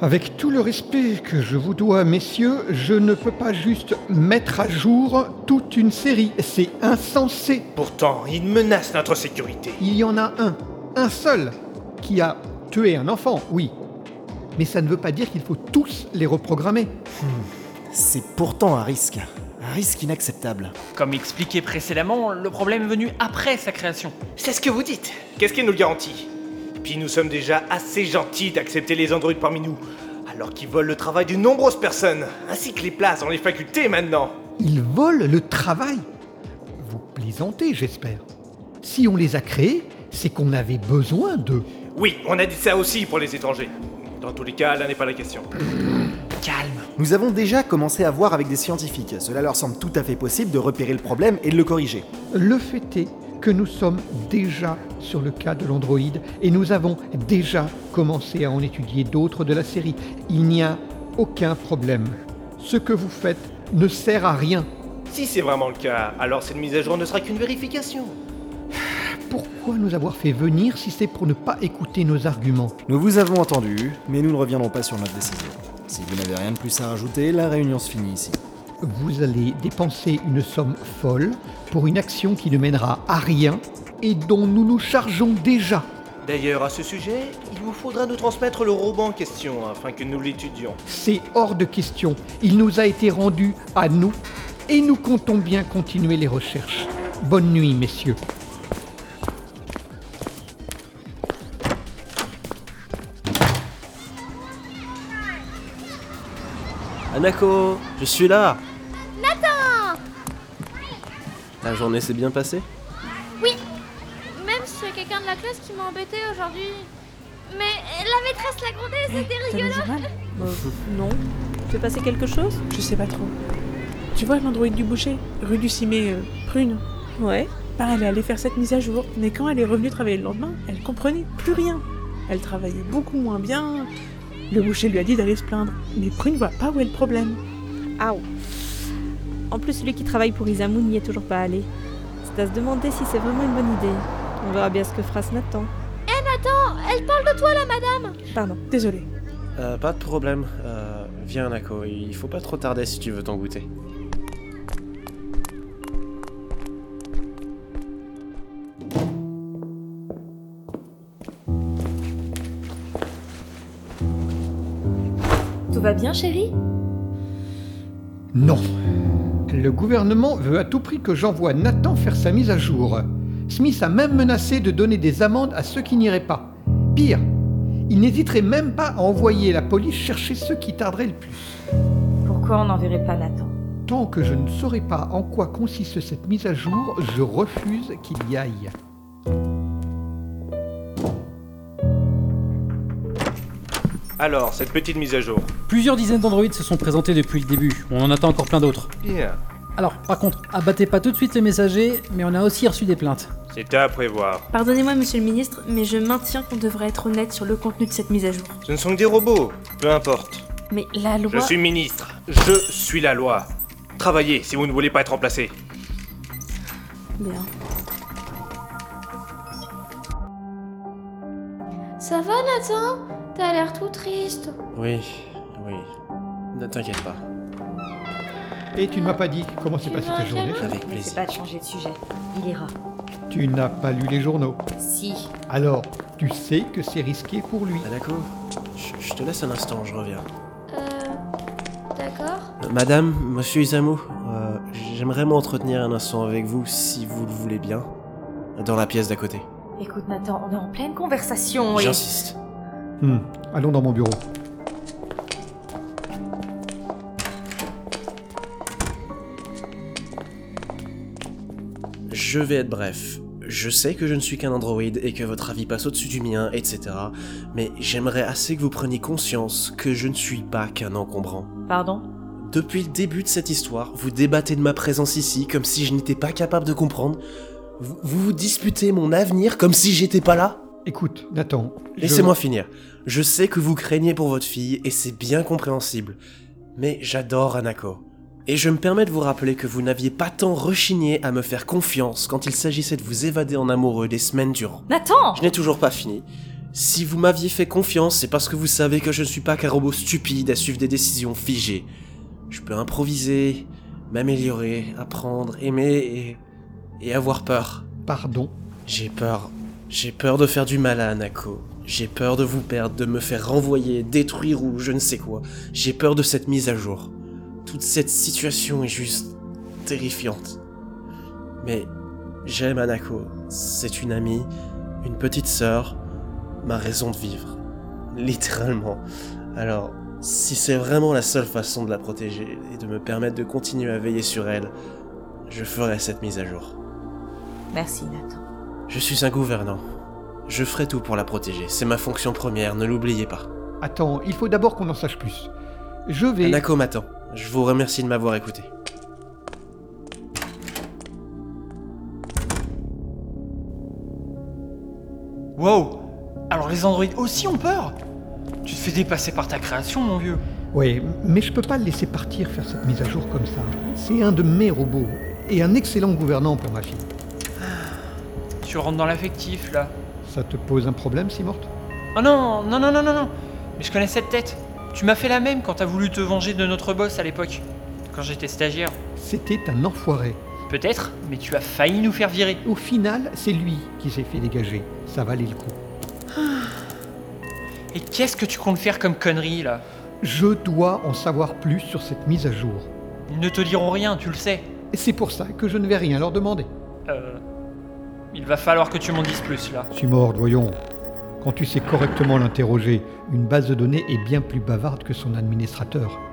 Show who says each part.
Speaker 1: Avec tout le respect que je vous dois, messieurs, je ne peux pas juste mettre à jour toute une série. C'est insensé.
Speaker 2: Pourtant, il menace notre sécurité.
Speaker 1: Il y en a un, un seul, qui a tué un enfant, oui. Mais ça ne veut pas dire qu'il faut tous les reprogrammer.
Speaker 3: C'est pourtant un risque. Un risque inacceptable.
Speaker 4: Comme expliqué précédemment, le problème est venu après sa création.
Speaker 2: C'est ce que vous dites. Qu'est-ce qui nous le garantit Puis nous sommes déjà assez gentils d'accepter les androïdes parmi nous, alors qu'ils volent le travail de nombreuses personnes, ainsi que les places dans les facultés maintenant.
Speaker 1: Ils volent le travail. Vous plaisantez, j'espère. Si on les a créés, c'est qu'on avait besoin d'eux.
Speaker 2: Oui, on a dit ça aussi pour les étrangers. Dans tous les cas, là n'est pas la question.
Speaker 4: Calme.
Speaker 3: Nous avons déjà commencé à voir avec des scientifiques. Cela leur semble tout à fait possible de repérer le problème et de le corriger.
Speaker 1: Le fait est que nous sommes déjà sur le cas de l'androïde et nous avons déjà commencé à en étudier d'autres de la série. Il n'y a aucun problème. Ce que vous faites ne sert à rien.
Speaker 2: Si c'est vraiment le cas, alors cette mise à jour ne sera qu'une vérification.
Speaker 1: Pourquoi nous avoir fait venir si c'est pour ne pas écouter nos arguments
Speaker 3: Nous vous avons entendu, mais nous ne reviendrons pas sur notre décision. Si vous n'avez rien de plus à rajouter, la réunion se finit ici.
Speaker 1: Vous allez dépenser une somme folle pour une action qui ne mènera à rien et dont nous nous chargeons déjà.
Speaker 2: D'ailleurs, à ce sujet, il vous faudra nous transmettre le robot en question afin que nous l'étudions.
Speaker 1: C'est hors de question. Il nous a été rendu à nous et nous comptons bien continuer les recherches. Bonne nuit, messieurs.
Speaker 5: Anako, je suis là Nathan La journée s'est bien passée
Speaker 6: Oui, même si c'est quelqu'un de la classe qui m'a embêté aujourd'hui. Mais la maîtresse l'a grondé, c'était
Speaker 7: T'as
Speaker 6: rigolo.
Speaker 7: mangé mal Bah, Non. Il s'est passé quelque chose
Speaker 8: Je sais pas trop. Tu vois l'androïde du boucher, rue du Cimé, euh, Prune
Speaker 7: Ouais.
Speaker 8: Pareil, elle est allée faire cette mise à jour, mais quand elle est revenue travailler le lendemain, elle comprenait plus rien. Elle travaillait beaucoup moins bien. Le boucher lui a dit d'aller se plaindre, mais Prune voit pas où est le problème.
Speaker 7: Aou. En plus, celui qui travaille pour Isamu n'y est toujours pas allé. C'est à se demander si c'est vraiment une bonne idée. On verra bien ce que fera ce Nathan.
Speaker 6: Elle parle de toi là, madame.
Speaker 7: Pardon.
Speaker 8: Désolée.
Speaker 5: Euh, Pas de problème. Euh, viens Anako, il faut pas trop tarder si tu veux t'en goûter.
Speaker 9: Tout va bien, chérie
Speaker 1: Non. Le gouvernement veut à tout prix que j'envoie Nathan faire sa mise à jour. Smith a même menacé de donner des amendes à ceux qui n'iraient pas. Pire, il n'hésiterait même pas à envoyer la police chercher ceux qui tarderaient le plus.
Speaker 9: Pourquoi on n'enverrait pas Nathan
Speaker 1: Tant que je ne saurai pas en quoi consiste cette mise à jour, je refuse qu'il y aille.
Speaker 2: Alors, cette petite mise à jour.
Speaker 10: Plusieurs dizaines d'androïdes se sont présentés depuis le début, on en attend encore plein d'autres.
Speaker 2: Bien.
Speaker 10: Alors, par contre, abattez pas tout de suite les messagers, mais on a aussi reçu des plaintes.
Speaker 2: C'était à prévoir.
Speaker 9: Pardonnez-moi, monsieur le ministre, mais je maintiens qu'on devrait être honnête sur le contenu de cette mise à jour.
Speaker 2: Ce ne sont que des robots. Peu importe.
Speaker 9: Mais la loi.
Speaker 2: Je suis ministre. Je suis la loi. Travaillez si vous ne voulez pas être remplacé.
Speaker 9: Bien.
Speaker 6: Ça va, Nathan T'as l'air tout triste.
Speaker 5: Oui, oui. Ne t'inquiète pas.
Speaker 1: Et tu ne m'as pas dit comment s'est
Speaker 6: Tu
Speaker 1: passée
Speaker 6: vas
Speaker 1: ta
Speaker 6: bien
Speaker 1: journée
Speaker 5: Avec
Speaker 9: N'essaie
Speaker 5: plaisir.
Speaker 9: pas de changer de sujet. Il ira.
Speaker 1: Tu n'as pas lu les journaux.
Speaker 9: Si.
Speaker 1: Alors, tu sais que c'est risqué pour lui.
Speaker 5: Anako, Ah, je- je te laisse un instant, je reviens.
Speaker 6: Euh. D'accord
Speaker 5: Euh, Madame, monsieur Isamu, euh, j'aimerais m'entretenir un instant avec vous si vous le voulez bien. Dans la pièce d'à côté.
Speaker 9: Écoute, Nathan, on est en pleine conversation et.
Speaker 5: J'insiste.
Speaker 1: Hmm, Allons dans mon bureau.
Speaker 5: Je vais être bref. Je sais que je ne suis qu'un androïde et que votre avis passe au-dessus du mien, etc. Mais j'aimerais assez que vous preniez conscience que je ne suis pas qu'un encombrant.
Speaker 9: Pardon
Speaker 5: Depuis le début de cette histoire, vous débattez de ma présence ici comme si je n'étais pas capable de comprendre. Vous vous, vous disputez mon avenir comme si j'étais pas là.
Speaker 1: Écoute, Nathan. je-
Speaker 5: Laissez-moi finir. Je sais que vous craignez pour votre fille et c'est bien compréhensible. Mais j'adore Anako. Et je me permets de vous rappeler que vous n'aviez pas tant rechigné à me faire confiance quand il s'agissait de vous évader en amoureux des semaines durant.
Speaker 9: Nathan
Speaker 5: Je n'ai toujours pas fini. Si vous m'aviez fait confiance, c'est parce que vous savez que je ne suis pas qu'un robot stupide à suivre des décisions figées. Je peux improviser, m'améliorer, apprendre, aimer et... et avoir peur.
Speaker 1: Pardon
Speaker 5: J'ai peur. J'ai peur de faire du mal à Anako. J'ai peur de vous perdre, de me faire renvoyer, détruire ou je ne sais quoi. J'ai peur de cette mise à jour. Toute cette situation est juste terrifiante. Mais j'aime Anako. C'est une amie, une petite sœur, ma raison de vivre. Littéralement. Alors, si c'est vraiment la seule façon de la protéger et de me permettre de continuer à veiller sur elle, je ferai cette mise à jour.
Speaker 11: Merci, Nathan.
Speaker 5: Je suis un gouvernant. Je ferai tout pour la protéger. C'est ma fonction première, ne l'oubliez pas.
Speaker 1: Attends, il faut d'abord qu'on en sache plus. Je vais.
Speaker 5: Anako m'attend. Je vous remercie de m'avoir écouté.
Speaker 4: Wow Alors les androïdes aussi ont peur Tu te fais dépasser par ta création, mon vieux.
Speaker 1: Ouais, mais je peux pas le laisser partir faire cette mise à jour comme ça. C'est un de mes robots et un excellent gouvernant pour ma fille.
Speaker 4: Tu rentres dans l'affectif, là.
Speaker 1: Ça te pose un problème, Simorte
Speaker 4: Oh non, non, non, non, non, non Mais je connais cette tête. Tu m'as fait la même quand t'as voulu te venger de notre boss à l'époque, quand j'étais stagiaire.
Speaker 1: C'était un enfoiré.
Speaker 4: Peut-être, mais tu as failli nous faire virer.
Speaker 1: Au final, c'est lui qui s'est fait dégager. Ça valait le coup.
Speaker 4: Et qu'est-ce que tu comptes faire comme connerie, là
Speaker 1: Je dois en savoir plus sur cette mise à jour.
Speaker 4: Ils ne te diront rien, tu le sais.
Speaker 1: Et c'est pour ça que je ne vais rien leur demander.
Speaker 4: Euh... Il va falloir que tu m'en dises plus, là.
Speaker 1: Simorte, voyons. Quand tu sais correctement l'interroger, une base de données est bien plus bavarde que son administrateur.